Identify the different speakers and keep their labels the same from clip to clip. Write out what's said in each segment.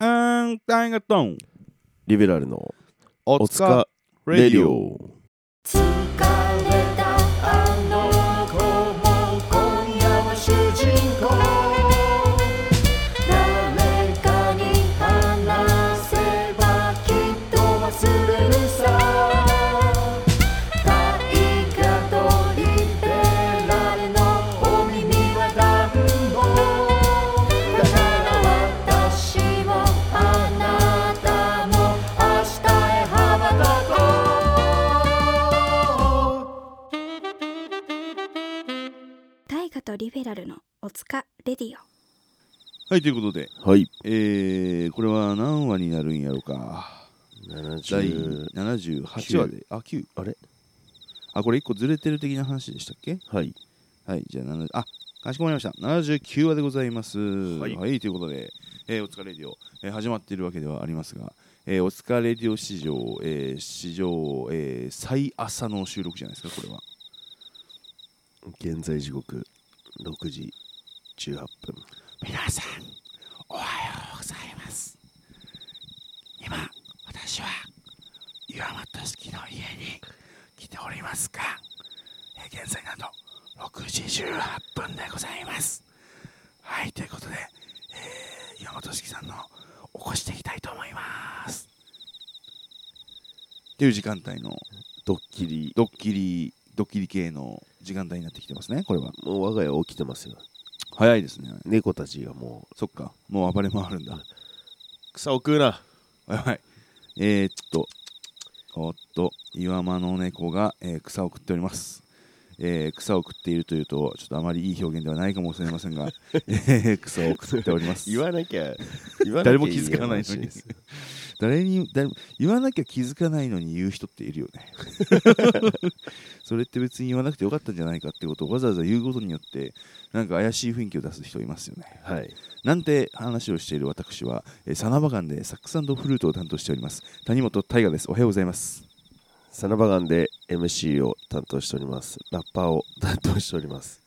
Speaker 1: んありがとう
Speaker 2: リベラルの
Speaker 1: お
Speaker 2: お
Speaker 1: つ
Speaker 2: つか
Speaker 1: か
Speaker 2: レ
Speaker 1: レデ
Speaker 2: ディ
Speaker 1: ィ
Speaker 2: オ
Speaker 3: 疲れたあの子も今夜は主人公誰かに話せばきっと忘れるさ大河とリベラルのお耳は暖房だから私もあなたも明日へ羽ばたこう
Speaker 4: 大河とリベラルのおつかレディオ
Speaker 1: はいということで、
Speaker 2: はい
Speaker 1: えー、これは何話になるんやろうか第78話であ九
Speaker 2: あれ
Speaker 1: あこれ1個ずれてる的な話でしたっけ
Speaker 2: はい
Speaker 1: はいじゃあ7あかしこまりました79話でございますはいということで、えーお疲れレディオ、えー始まっているわけではありますが、えーお疲れレディオ史上、えー史上、えー最朝の収録じゃないですかこれは
Speaker 2: 現在時刻6時18分
Speaker 1: 皆さんおはようございます今私は岩本式の家に来ておりますがえー現在なんと6時18分でございますはいということで、えー岩本式さんの起こしていきたいと思いますっていう時間帯の
Speaker 2: ドッキリ
Speaker 1: ドッキリドッキリ系の時間帯になってきてますねこれは
Speaker 2: もう我が家起きてますよ
Speaker 1: 早いですね
Speaker 2: 猫たちがも
Speaker 1: そっかもう暴れ回るんだ
Speaker 2: う草を食うな
Speaker 1: はい。えー、っと、おっと、岩間の猫が、えー草を食っております。えー草を食っているというと、ちょっとあまりいい表現ではないかもしれませんが、えー草を食っております。
Speaker 2: 言わなき ゃ言わなきゃ
Speaker 1: 誰も気づかないの
Speaker 2: 話
Speaker 1: に
Speaker 2: です。
Speaker 1: 誰に誰も言わなきゃ気づかないのに言う人っているよ ね。それって別に言わなくてよかったんじゃないかってことをわざわざ言うことによって、なんか怪しい雰囲気を出す人いますよね。
Speaker 2: はい
Speaker 1: なんて話をしている私は、えーサナバガンでサックスフルートを担当しております谷本大我ですおはようございます
Speaker 2: サナバガンで MC を担当しておりますラッパーを担当しております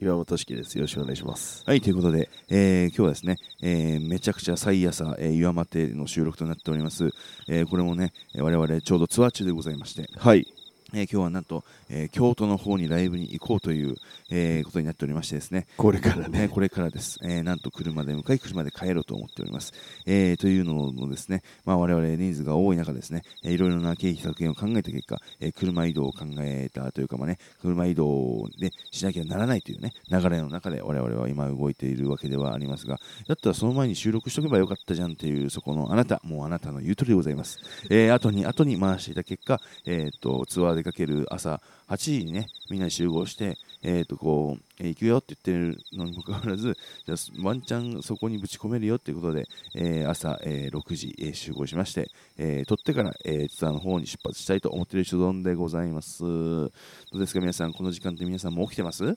Speaker 2: 岩本式ですよろしくお願いします
Speaker 1: はいということで、えー今日はですね、えーめちゃくちゃ最朝、えー、岩間亭の収録となっております、えーこれもねえー我々ちょうどツアー中でございまして
Speaker 2: はい
Speaker 1: えー今日はなんと、えー京都の方にライブに行こうという、えーことになっておりましてですね、
Speaker 2: これから
Speaker 1: ね、
Speaker 2: ね
Speaker 1: これからです、えーなんと車で向かい車で帰ろうと思っております、えーというのもですね、まあ、我々人数が多い中ですね、えーいろいろな経費削減を考えた結果、えー車移動を考えたというかまあね車移動でしなきゃならないというね流れの中で我々は今動いているわけではありますがだったらその前に収録しとけばよかったじゃんっていうそこのあなたもうあなたの言う通りでございます、えー後に後に回していた結果、えー、とツアー出かける朝8時にねみんなで集合してえー、とこう、えー行くよって言ってるのにもかかわらずじゃあワンチャンそこにぶち込めるよっていうことで、えー朝、えー6時、えー集合しまして、えー取ってから、えーツアーの方に出発したいと思っている所存でございますどうですか皆さんこの時間って皆さんもう起きてます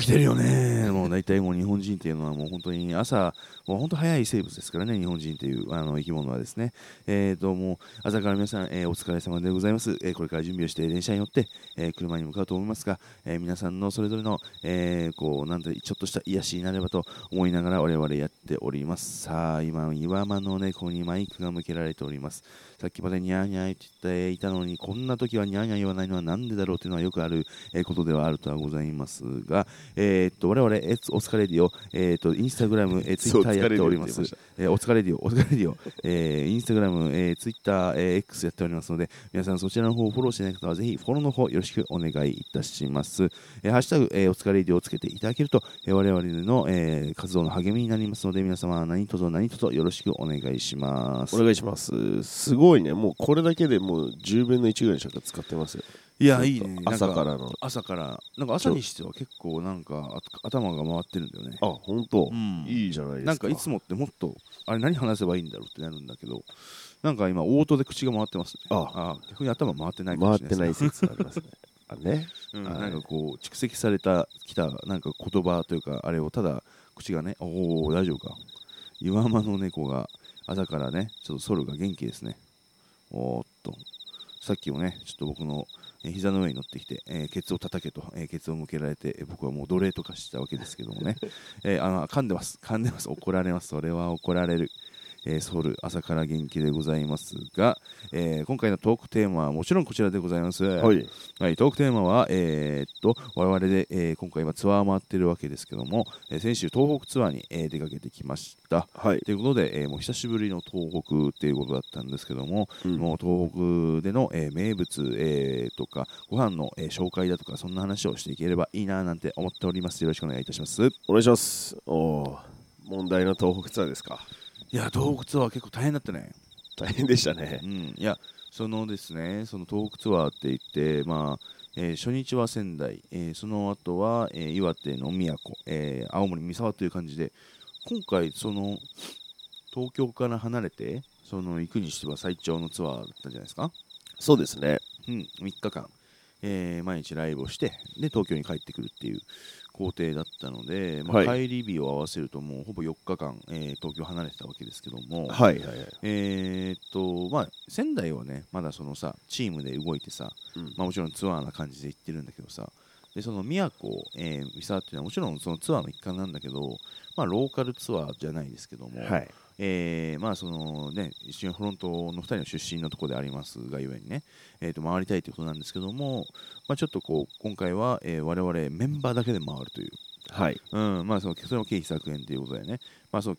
Speaker 1: 起きてるよねもう大体もう日本人っていうのはもう本当に朝もう本当早い生物ですからね日本人というあの生き物はですねえー、ともう朝から皆さん、えーお疲れ様でございます、えーこれから準備をして電車に乗って、えー車に向かうと思いますが、えー皆さんのそれぞれの、えーこうなんてちょっとした癒しになればと思いながら我々やっておりますさあ今岩間の猫にマイクが向けられておりますさっきまでニャーニャーって言っていたのにこんな時はニャーニャー言わないのはなんでだろうというのはよくある、えーことではあるとはございますが、えーっと我々えーお疲れディオ、えーっとインスタグラム、えー、ツイッターやっております
Speaker 2: そうお疲れディオって言いました
Speaker 1: えーお疲れディオ、お疲れディオ、 えーインスタグラム、えー、ツイッター、えー X やっておりますので、皆さんそちらの方をフォローしてない方は、ぜひフォローの方よろしくお願いいたします。えーハッシュタグ、えーお疲れディオをつけていただけると、えー我々の、えー活動の励みになりますので、皆様何卒何卒よろしくお願いします
Speaker 2: お。願いしますすごいねもうこれだけでもう10分の1ぐらいしか使ってますよ
Speaker 1: いや、
Speaker 2: ずっと
Speaker 1: いいね。。
Speaker 2: 朝かららの
Speaker 1: 朝から、なんか朝にしては結構なんかあ頭が回ってるんだよね。
Speaker 2: あ本当、
Speaker 1: うん
Speaker 2: いいじゃないですか
Speaker 1: なんかいつもってもっと、あれ何話せばいいんだろうってなるんだけど、なんか今、オートで口が回ってますね。あ
Speaker 2: あ
Speaker 1: 逆に頭回ってないかも
Speaker 2: 回っ
Speaker 1: しれないで
Speaker 2: て
Speaker 1: すね
Speaker 2: ない説ありますねあね
Speaker 1: うん
Speaker 2: はい
Speaker 1: なんかこう蓄積されたきたなんか言葉というかあれをただ口がねおお大丈夫か岩間の猫が朝からねちょっとソルが元気ですねおーっとさっきもねちょっと僕のえー膝の上に乗ってきて、えーケツを叩けと、えーケツを向けられて、えー僕はもう奴隷と化したわけですけどもね、 えーあの噛んでます噛んでます怒られますそれは怒られる、えーソウル朝から元気でございますが、えー今回のトークテーマはもちろんこちらでございます
Speaker 2: はい。はい。
Speaker 1: はい、トークテーマは、えーっと我々で、えー今回はツアー回ってるわけですけども、えー先週東北ツアーに、えー出かけてきました。
Speaker 2: はい。
Speaker 1: ということで、えーもう久しぶりの東北っていうことだったんですけども、
Speaker 2: うん
Speaker 1: もう東北での、えー名物、えーとかご飯の、えー紹介だとかそんな話をしていければいいななんて思っております。よろしくお願いいたします。い
Speaker 2: お願いします。おー問題の東北ツアーですか。
Speaker 1: や東北ツアー結構大変だったね。
Speaker 2: 大変でしたね
Speaker 1: う。ん、いやそのですねその東北ツアーって言って、まあえー初日は仙台、えーその後は、えー岩手の宮古、えー青森三沢という感じで今回その東京から離れてその行くにしては最長のツアーだったじゃないですか、
Speaker 2: そうですね。
Speaker 1: うん、3日間、えー毎日ライブをしてで東京に帰ってくるっていう工程だったので、まあ
Speaker 2: は
Speaker 1: 帰り日を合わせるともうほぼ4日間、えー東京離れてたわけですけども、
Speaker 2: はいはいはい。
Speaker 1: えーっとまあ仙台はねまだそのさチームで動いてさ、
Speaker 2: うん
Speaker 1: まあ、もちろんツアーな感じで行ってるんだけどさでその宮古、えー三沢っていうのはもちろんそのツアーの一環なんだけど、まあ、ローカルツアーじゃないですけども、
Speaker 2: はい。
Speaker 1: えーまあそのね一瞬フロントの2人の出身のところでありますがゆえにね、えー、と回りたいということなんですけども、まあ、ちょっとこう今回は、えー我々メンバーだけで回るという
Speaker 2: はい。
Speaker 1: うん、まあそのそれも経費削減ということだよね。まあそ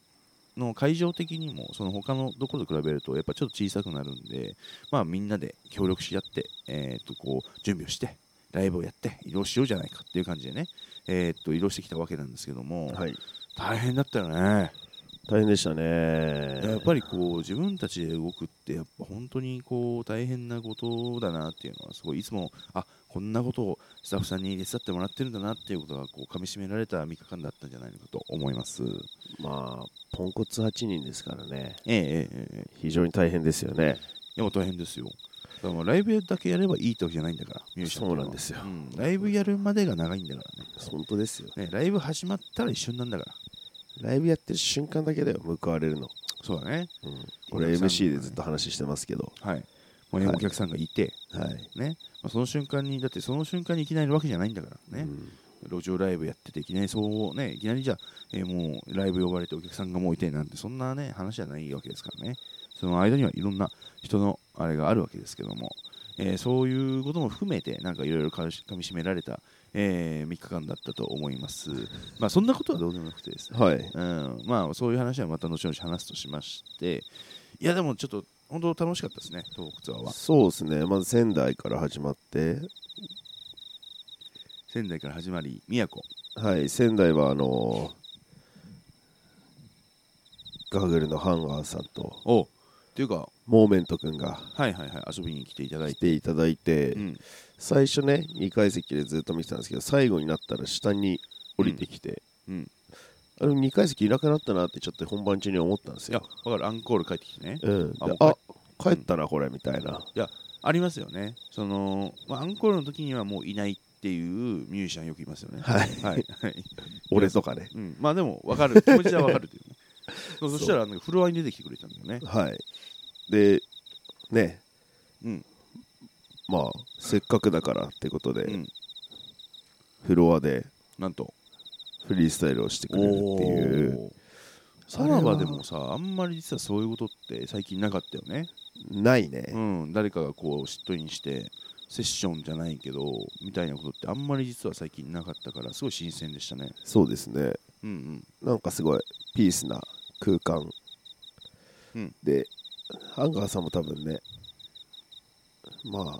Speaker 1: の会場的にもその他のところと比べるとやっぱちょっと小さくなるんで、まあみんなで協力し合って、えーっとこう準備をしてライブをやって移動しようじゃないかっていう感じでね、えーっと移動してきたわけなんですけども、
Speaker 2: はい。
Speaker 1: 大変だったよね。
Speaker 2: 大変でしたね。
Speaker 1: やっぱりこう自分たちで動くってやっぱ本当にこう大変なことだなっていうのはすごいいつもあこんなことをスタッフさんに手伝ってもらってるんだなっていうことがこう噛み締められた3日間だったんじゃないのかと思います。
Speaker 2: まあ、ポンコツ8人ですからね。
Speaker 1: ええええええ
Speaker 2: 非常に大変ですよね。
Speaker 1: いやもう大変ですよ。だからもうライブだけやればいいってわけじゃないんだから、ミュージシャンっていのは
Speaker 2: そうなんですよ
Speaker 1: んライブやるまでが長いんだか
Speaker 2: 本当ですよ。
Speaker 1: らね。ねライブ始まったら一瞬なんだから。
Speaker 2: ライブやってる瞬間だけだよ、報われるの。
Speaker 1: そうだね。
Speaker 2: うん、これ
Speaker 1: お客さん
Speaker 2: MC でずっと話してますけど。
Speaker 1: はい。もうね
Speaker 2: はい
Speaker 1: お客さんがいて、
Speaker 2: はい。
Speaker 1: ね。まあ、その瞬間に、だってその瞬間にいきなりるわけじゃないんだからね。
Speaker 2: うん
Speaker 1: 路上ライブやってていきなりそうねいきなりじゃあ、えーもうライブ呼ばれてお客さんがもういてなんてそんなね話じゃないわけですからねその間にはいろんな人のあれがあるわけですけども、えーそういうことも含めてなんかいろいろかみし噛みしめられた、え3日間だったと思いますまあそんなことはどうでもよくてですね、
Speaker 2: はい。
Speaker 1: うん、まあそういう話はまた後々話すとしましていやでもちょっと本当楽しかったですね東北ツアーは
Speaker 2: そうですね。まず仙台から始まって、
Speaker 1: 仙台から始まり宮古
Speaker 2: はい、仙台はあのーガーグルのハンガーさんと、
Speaker 1: おっていうか
Speaker 2: モーメント君が
Speaker 1: はいはいはい遊びに来ていただい
Speaker 2: 来
Speaker 1: て、
Speaker 2: ていただいて、
Speaker 1: うん、
Speaker 2: 最初ね、2階席でずっと見てたんですけど、最後になったら下に降りてきて、
Speaker 1: うん
Speaker 2: あの2階席いなくなったなってちょっと本番中に思ったんです
Speaker 1: いや、
Speaker 2: よ。
Speaker 1: わかる、アンコール帰ってきてね。
Speaker 2: うん、
Speaker 1: あ
Speaker 2: で
Speaker 1: もう
Speaker 2: あ帰ったな、これみたいな。
Speaker 1: ありますよね。その、まあ、アンコールの時にはもういないっていうミュージシャンよくいますよね。
Speaker 2: はい
Speaker 1: はい。はい。
Speaker 2: 俺とかね。
Speaker 1: うん。まあでも、わかる。気持ちはわかるって いうね。そうそしたら、フロアに出てきてくれたんだよね。
Speaker 2: はい。で、ね、
Speaker 1: うん。
Speaker 2: まあ、せっかくだからってことで、
Speaker 1: うん。
Speaker 2: フロアで
Speaker 1: なんと。
Speaker 2: フリースタイルをしてくれるっていう。
Speaker 1: おー。さらばでもさ、あんまり実はそういうことって最近なかったよね。
Speaker 2: ないね。
Speaker 1: うん。誰かがこう、嫉妬にして、セッションじゃないけど、みたいなことってあんまり実は最近なかったから、すごい新鮮でしたね。
Speaker 2: そうですね。
Speaker 1: うんうん。
Speaker 2: なんかすごいピースな空間、
Speaker 1: うん
Speaker 2: で、ハンガーさんも多分ね、まあ、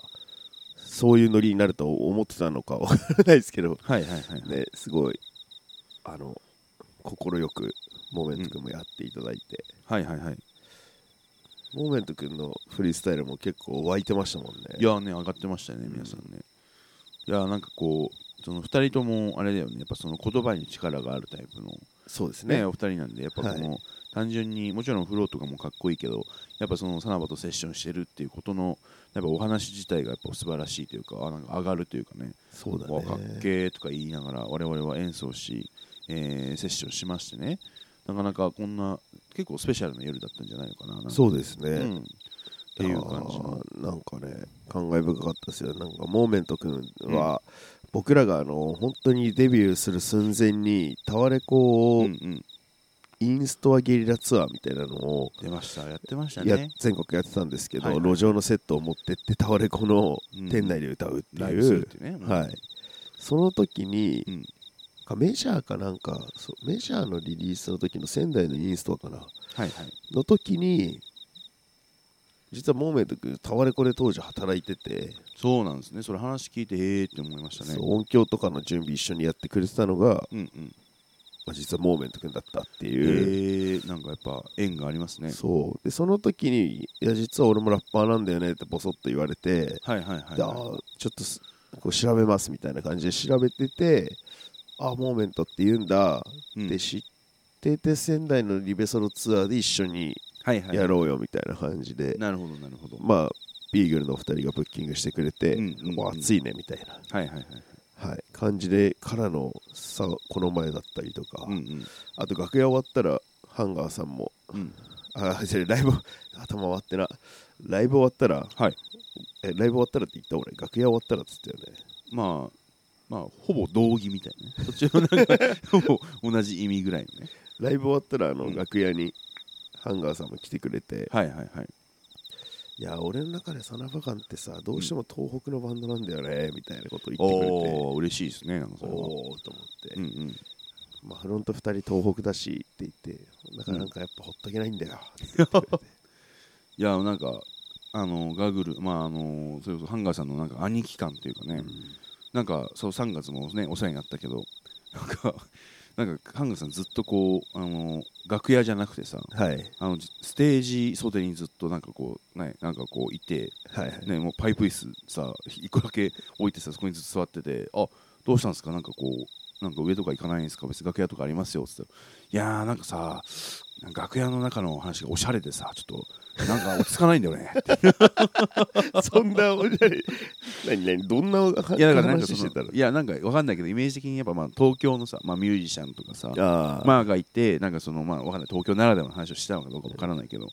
Speaker 2: そういうノリになると思ってたのかわからないですけど、
Speaker 1: はいはいはい。
Speaker 2: ね、すごい、あの、快く、モーメント君もやっていただいて、
Speaker 1: はいはいはい。
Speaker 2: モーメント君のフリースタイルも結構湧いてましたもんね。
Speaker 1: いやーね上がってましたね
Speaker 2: うん
Speaker 1: 皆さんね、いやーなんかこうその2人ともあれだよねやっぱその言葉に力があるタイプの、
Speaker 2: そうです
Speaker 1: ね
Speaker 2: ね。
Speaker 1: お二人なんでやっぱこの、単純にもちろんフローとかもかっこいいけどやっぱそのさらばとセッションしてるっていうことのやっぱお話自体がやっぱ素晴らしいというかあなんか上がるというかね
Speaker 2: そうだ
Speaker 1: わか
Speaker 2: ね。
Speaker 1: っけーとか言いながら我々は演奏し、えーセッションしましてねなかなかこんな結構スペシャルな夜だったんじゃないのかななんか
Speaker 2: そうですね。
Speaker 1: うん、っていう感じの
Speaker 2: あーなんかね感慨深かったですよなんかモーメント君は、僕らがあの本当にデビューする寸前にタワレコを、
Speaker 1: うんうん
Speaker 2: インストアゲリラツアーみたいなのを
Speaker 1: 出ましたやってました
Speaker 2: や
Speaker 1: ね
Speaker 2: 全国やってたんですけど、
Speaker 1: はいはい
Speaker 2: 路上のセットを持ってってタワレコの
Speaker 1: うん
Speaker 2: 店内で歌うって
Speaker 1: ライ
Speaker 2: い
Speaker 1: ブする
Speaker 2: う
Speaker 1: っ、ていうね、
Speaker 2: はいい、その時に、
Speaker 1: うん
Speaker 2: なんかメジャーかなんかそうメジャーのリリースの時の仙台のインストアかな
Speaker 1: はいはい
Speaker 2: の時に実はモーメント君タワレコで当時働いてて、
Speaker 1: そうなんですねそれ話聞いてええって思いましたね
Speaker 2: そう音響とかの準備一緒にやってくれてたのが、
Speaker 1: うんうん
Speaker 2: まあ実はモーメント君だったって
Speaker 1: え
Speaker 2: いう、
Speaker 1: ー、なんかやっぱ縁がありますね
Speaker 2: そうでその時に「いや実は俺もラッパーなんだよね」ってボソッと言われて、
Speaker 1: はいはいはい
Speaker 2: であ
Speaker 1: は
Speaker 2: ーちょっとすこう調べますみたいな感じで調べててあーモーメントって言うんだ
Speaker 1: いうん
Speaker 2: って知ってて仙台のリベソロツアーで一緒に
Speaker 1: はいはい
Speaker 2: やろうよみたいな感じで、
Speaker 1: なるほどなるほど
Speaker 2: まあビーグルのお二人がブッキングしてくれて、
Speaker 1: うんうんうん
Speaker 2: もう熱いねみたいな、
Speaker 1: はいはいはい
Speaker 2: はい、感じでからのさこの前だったりとか、
Speaker 1: うんうん
Speaker 2: あと楽屋終わったらハンガーさんも
Speaker 1: うん
Speaker 2: あじゃライブ頭回ってなライブ終わったら
Speaker 1: はい
Speaker 2: えライブ終わったらって言った俺楽屋終わったらって言ったよね
Speaker 1: まあまあほぼ同義みたいなね どっちもなんかほぼ同じ意味ぐらいのね
Speaker 2: ライブ終わったらあの、
Speaker 1: うん
Speaker 2: 楽屋にハンガーさんも来てくれて、
Speaker 1: はいはいはい
Speaker 2: いや俺の中でサナバカンってさどうしても東北のバンドなんだよねみたいなこと言ってくれて、
Speaker 1: おお嬉しいですねなんかそれは
Speaker 2: おおと思って、
Speaker 1: うんうん
Speaker 2: まあ、フロント2人東北だしって言ってだからなんかやっぱほっとけないんだよ、
Speaker 1: いやなんかあのガーグルまああのそれこそハンガーさんのなんか兄貴感というかね、なんかそう3月もねお世話になったけどなんか なんかハンガーさんずっとこうあの楽屋じゃなくてさ
Speaker 2: はい
Speaker 1: あのじステージ袖にずっとなんかこうねなんかこういて
Speaker 2: はいはい
Speaker 1: ねもうパイプ椅子さ一個だけ置いてさそこにずっと座っててあどうしたんですかなんかこうなんか上とか行かないんですか別に楽屋とかありますよっつっていやーなんかさなんか楽屋の中の話がおしゃれでさちょっとなんか落ち着かないんだよね
Speaker 2: そんなおじゃれ何何どんなお
Speaker 1: いやだからなんか
Speaker 2: 話
Speaker 1: そ
Speaker 2: してた
Speaker 1: の
Speaker 2: の
Speaker 1: いやなんかわかんないけどイメージ的にやっぱまあ東京のさまあミュージシャンとかさ
Speaker 2: あー
Speaker 1: まあがいてなんかそのまあわかんない東京ならではの話をしてたのかどうかわからないけどい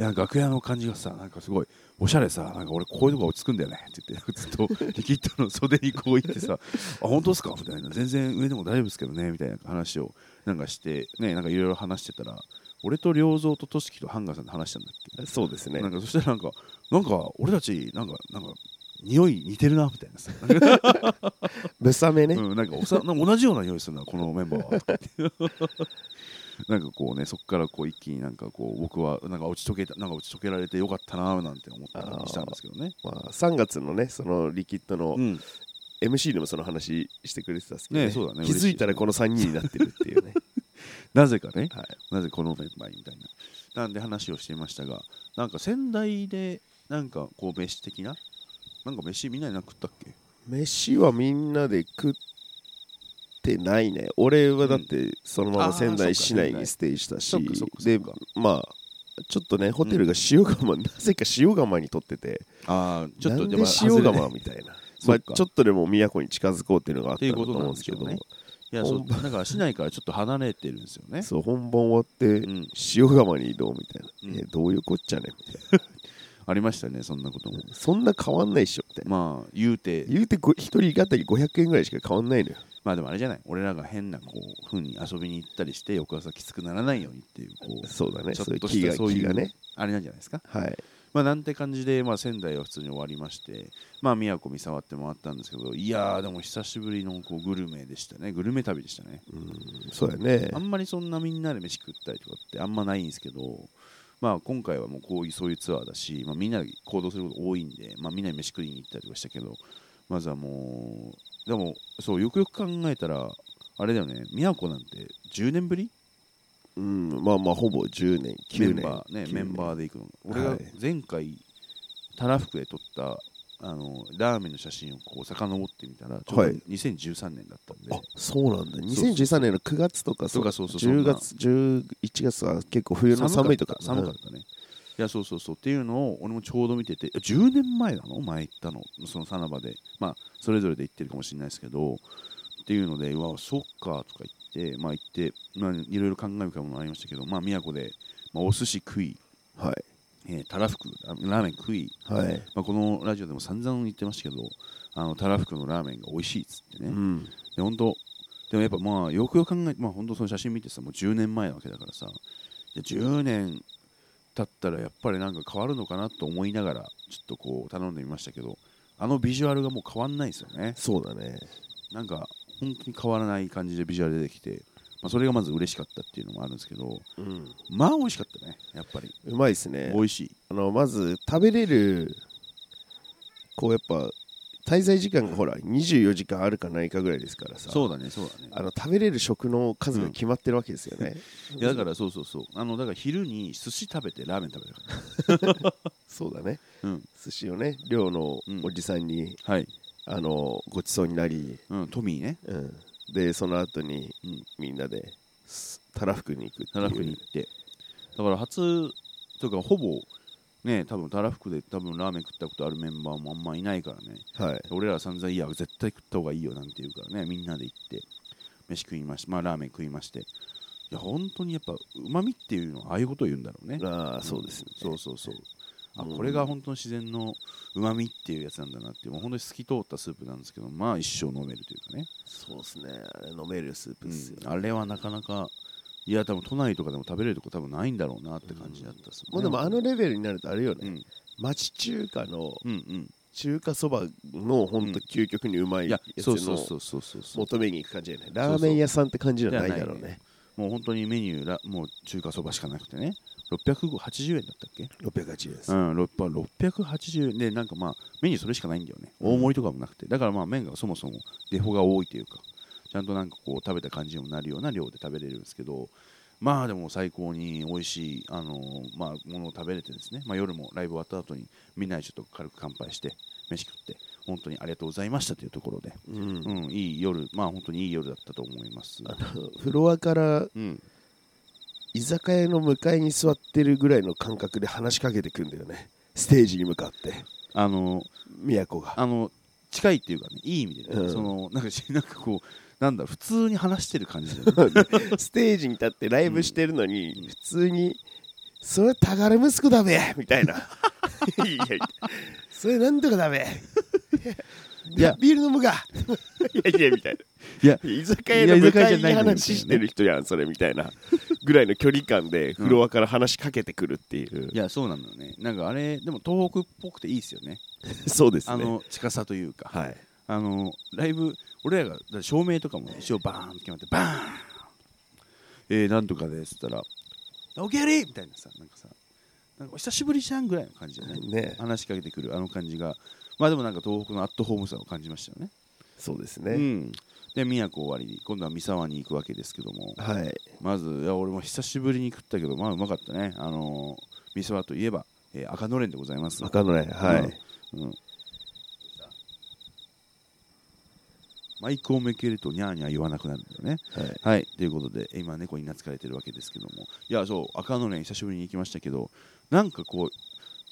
Speaker 1: や楽屋の感じがさなんかすごいおしゃれさなんか俺こういうとこ落ち着くんだよねって言ってずっとリキッドの 袖にこう行ってさあ本当ですかみたいな全然上でも大丈夫ですけどねみたいな話をなんかしてねなんかいろいろ話してたら俺と良三と俊樹とハンガーさんで話したんだっけ
Speaker 2: そうですね
Speaker 1: なんかそしたらなんかなんか俺たちなんかなんか匂い似てるなみたいなさ、
Speaker 2: 目覚めね、
Speaker 1: うん、なんかおさなんか同じような匂いするなこのメンバーは とか言ってなんかこうねそこからこう一気になんかこう僕はなんか落ちとけたなんか落ちとけられてよかったなーなんて思ったりしたんですけどね。
Speaker 2: まあ、3月のねそのリキッドの
Speaker 1: うん、
Speaker 2: MC でもその話してくれてたんですけど、
Speaker 1: ねそうだね
Speaker 2: 気づいたらこの3人になってるっていうね、
Speaker 1: なぜかね、
Speaker 2: はい、
Speaker 1: なぜこのメンバーにみたいな。なんで話をしていましたが、なんか仙台で、なんかこう、飯的な、なんか飯みんなになくったっけ
Speaker 2: 飯はみんなで食ってないね俺はだってそのま
Speaker 1: あ
Speaker 2: ま
Speaker 1: ー
Speaker 2: 仙台
Speaker 1: そ
Speaker 2: 市
Speaker 1: っか
Speaker 2: 内にステイしたし
Speaker 1: そっかそっかそっ
Speaker 2: で
Speaker 1: か
Speaker 2: まあちょっとねホテルが塩釜、 なぜか塩釜にとってて
Speaker 1: ああ、ちょっと
Speaker 2: なんで
Speaker 1: やっぱ外
Speaker 2: 塩
Speaker 1: れ
Speaker 2: 釜みたいな、ま
Speaker 1: そっ
Speaker 2: あ、
Speaker 1: か
Speaker 2: ちょっとでも都に近づこうっていうのがあったんだと思うんですけ
Speaker 1: って
Speaker 2: ど
Speaker 1: いういやそう
Speaker 2: 本番
Speaker 1: だから市内からちょっと離れてるんですよね。
Speaker 2: そう本番終わって
Speaker 1: うん
Speaker 2: 塩釜に移動みたいな、
Speaker 1: うん
Speaker 2: えどういうこっちゃねみたい
Speaker 1: ありましたね、そんなことも。
Speaker 2: なそんな変わんないっしょみたいな
Speaker 1: まあ、言うて、
Speaker 2: 言うてご一人当たり500円ぐらいしか変わんないのよ
Speaker 1: まあでもあれじゃない、俺らが変なこう風に遊びに行ったりして、翌朝きつくならないようにっていう、こう、
Speaker 2: そうだね
Speaker 1: ちょ
Speaker 2: そう
Speaker 1: っ
Speaker 2: いう
Speaker 1: と
Speaker 2: 気
Speaker 1: し
Speaker 2: が
Speaker 1: たそう
Speaker 2: 気
Speaker 1: い
Speaker 2: が
Speaker 1: う、
Speaker 2: ね
Speaker 1: あれなんじゃないですか。
Speaker 2: はい
Speaker 1: まあ、なんて感じで、まあ、仙台は普通に終わりまして、まあ、宮古三沢って回ったんですけど、いやー、でも久しぶりのこうグルメでしたね、グルメ旅でしたね。
Speaker 2: うんそうやね
Speaker 1: あんまりそんなみんなで飯食ったりとかってあんまないんですけど、まあ、今回はもうこういうそういうツアーだし、まあ、みんなで行動すること多いんで、まあ、みんなで飯食いに行ったりとかしたけどまずはもうでもそうよくよく考えたらあれだよね宮古なんて10年ぶり
Speaker 2: うん、まあまあほぼ10年
Speaker 1: メ
Speaker 2: 9年
Speaker 1: ンバーねメンバー
Speaker 2: ー
Speaker 1: で行くの俺が前回たらふくで撮ったあのラーメンの写真をこう遡ってみたらちょうど
Speaker 2: はい
Speaker 1: 2013年だったんで、
Speaker 2: あそうなんだ2013年の9月とか
Speaker 1: そうかそうそう
Speaker 2: 10月11月は結構冬の寒いとか
Speaker 1: 寒かったね、いやそうそうそうっていうのを俺もちょうど見ててえ10年前なの前行ったのそのさなばでまあそれぞれで行ってるかもしれないですけどっていうのでうわそっかとか言ってまあ行って、まあ、いろいろ考えるかものありましたけどまあ宮古で、まあ、お寿司食い、
Speaker 2: はい
Speaker 1: ええーたらふくララーメン食い、
Speaker 2: はい、
Speaker 1: まあ、このラジオでも散々言ってましたけどあのたらふくのラーメンが美味しいっつってね、
Speaker 2: うん、
Speaker 1: で本当でもやっぱまあよくよく考えてまあ本当その写真見てさもう10年前なわけだからさで10年経ったらやっぱりなんか変わるのかなと思いながらちょっとこう頼んでみましたけどあのビジュアルがもう変わんないですよね
Speaker 2: そうだね
Speaker 1: なんか本当に変わらない感じでビジュアル出てきて、まあ、それがまず嬉しかったっていうのもあるんですけど
Speaker 2: うん
Speaker 1: まあ美味しかったねやっぱり
Speaker 2: うまいですね
Speaker 1: 美味しい
Speaker 2: あのまず食べれるこうやっぱ滞在時間がほら24時間あるかないかぐらいですからさ
Speaker 1: そうだねそうだね
Speaker 2: あの食べれる食の数が決まってるわけですよね、
Speaker 1: いやだからそうそうそうあのだから昼に寿司食べてラーメン食べたから
Speaker 2: そうだね
Speaker 1: うん
Speaker 2: 寿司をね寮のおじさんに、
Speaker 1: はい、
Speaker 2: あのごちそうになり、
Speaker 1: うん、トミーね
Speaker 2: うん、でその後に、
Speaker 1: うん
Speaker 2: みんなですたらふくに行くって
Speaker 1: たらふくに
Speaker 2: い
Speaker 1: 行
Speaker 2: う
Speaker 1: ってだから初というかほぼね多分たらふくで多分ラーメン食ったことあるメンバーもあんまいないからね
Speaker 2: はい
Speaker 1: 俺らは散々いや絶対食った方がいいよなんて言うからねみんなで行って飯食いましてまあラーメン食いましていや本当にやっぱうまみっていうのはああいうことを言うんだろうね
Speaker 2: ああそうですね、
Speaker 1: そうそうそうあ
Speaker 2: うん
Speaker 1: これが本当の自然のうまみっていうやつなんだなっていうもう本当に透き通ったスープなんですけどまあ一生飲めるというかね
Speaker 2: そうですねあれ飲めるスープっすよ、
Speaker 1: うんあれはなかなかいや多分都内とかでも食べれるとこ多分ないんだろうなって感じだったっす
Speaker 2: もうでもあのレベルになるとあれよ
Speaker 1: う
Speaker 2: ね、
Speaker 1: ん
Speaker 2: 町中華の
Speaker 1: うんうん
Speaker 2: 中華そばのほんと究極にうまい
Speaker 1: い
Speaker 2: や
Speaker 1: や
Speaker 2: つ
Speaker 1: そうそうそ
Speaker 2: の
Speaker 1: うそうそうそう
Speaker 2: 求めに行く感じだよねラーメン屋さんって感じじゃないだろうね
Speaker 1: もう本当にメニューらもう中華そばしかなくてね680円だったっけ
Speaker 2: 680円です、
Speaker 1: うんろっぱ680円でなんかまあメニューそれしかないんだよね
Speaker 2: うん
Speaker 1: 大盛りとかもなくてだからまあ麺がそもそもデフォが多いというかちゃんとなんかこう食べた感じにもなるような量で食べれるんですけどまあでも最高に美味しい、あのーまあ、ものを食べれてですね、まあ、夜もライブ終わった後にみんなでちょっと軽く乾杯して飯食って本当にありがとうございましたというところで、
Speaker 2: うん
Speaker 1: うん、いい夜まあ本当にいい夜だったと思います
Speaker 2: あのフロアから
Speaker 1: うん、
Speaker 2: 居酒屋の向かいに座ってるぐらいの感覚で話しかけてくんだよねステージに向かって
Speaker 1: あのー
Speaker 2: 宮子が
Speaker 1: あの近いっていうかねいい意味でね、
Speaker 2: うん
Speaker 1: そのなんかしなんかこうなんだ普通に話してる感じだ よね
Speaker 2: ステージに立ってライブしてるのに、普通に「それタガレ息子だべ」み たいな「いやいやそれなんとかだべ」いやビール飲むかいやいやみたい
Speaker 1: いや
Speaker 2: な居酒屋の
Speaker 1: いや
Speaker 2: 向
Speaker 1: 居酒
Speaker 2: か
Speaker 1: 屋じ
Speaker 2: い
Speaker 1: ゃ
Speaker 2: に
Speaker 1: ないのに
Speaker 2: 話してる人やんそれみたいなぐらいの距離感でフロアから話しかけてくるっていう、
Speaker 1: いやそうなんだよねなんかあれでも東北っぽくていいですよね
Speaker 2: そうですね
Speaker 1: あの近さというか、
Speaker 2: はい
Speaker 1: あのライブ俺らがだから照明とかも一応バーンって決まってバーンえー、なんとかですって言ったら「おけり!」みたいなさなんかさなんかお久しぶりじゃんぐらいの感じだね
Speaker 2: ね
Speaker 1: 話しかけてくるあの感じがまあでもなんか東北のアットホームさを感じましたよね
Speaker 2: そうです
Speaker 1: う
Speaker 2: ね、
Speaker 1: ん、で宮古終わりに今度は三沢に行くわけですけども
Speaker 2: はい
Speaker 1: まずいや俺も久しぶりに食ったけどまあうまかったねあのー三沢といえば、えー赤のれんでございます
Speaker 2: 赤のねはい、
Speaker 1: うんうんマイクを向けるとニャーニャー言わなくなるんだよね
Speaker 2: は
Speaker 1: は
Speaker 2: い
Speaker 1: い、ということで、え今、猫に懐かれてるわけですけども、いや、そう、赤のれん、久しぶりに行きましたけど、なんかこう、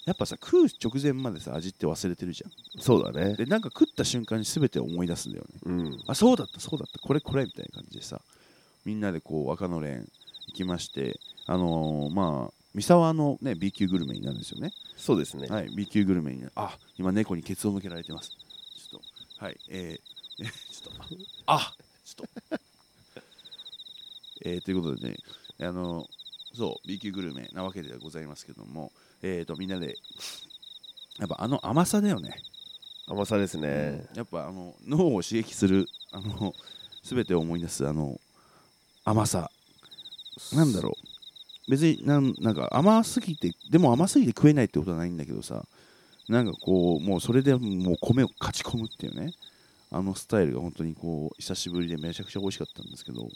Speaker 1: やっぱさ、食う直前までさ、味って忘れてるじゃん。
Speaker 2: そうだね
Speaker 1: で、なんか食った瞬間に全てを思い出すんだよね。
Speaker 2: うん
Speaker 1: あ、そうだった、そうだった、これこれみたいな感じでさ、みんなでこう、赤のれん行きまして、あのーまあ、三沢の、ね、B 級グルメになるんですよね。
Speaker 2: そうですね、
Speaker 1: はい、B 級グルメになる。あ、今、猫にケツを向けられてます。ちょっと、はい、えー、え ちょっと、あ、ちょっと。 えーということでね、あの、そう、B 級グルメなわけではございますけども、えーと、みんなで、やっぱあの甘さだよね。
Speaker 2: 甘さですね、
Speaker 1: やっぱあの脳を刺激する、あの、すべてを思い出す、あの、甘さ。なんだろう。別になん、なんか甘すぎて、でも甘すぎて食えないってことはないんだけどさ、なんかこう、もうそれでもう米を勝ち込むっていうね、あのスタイルが本当にこう、久しぶりでめちゃくちゃ美味しかったんですけど、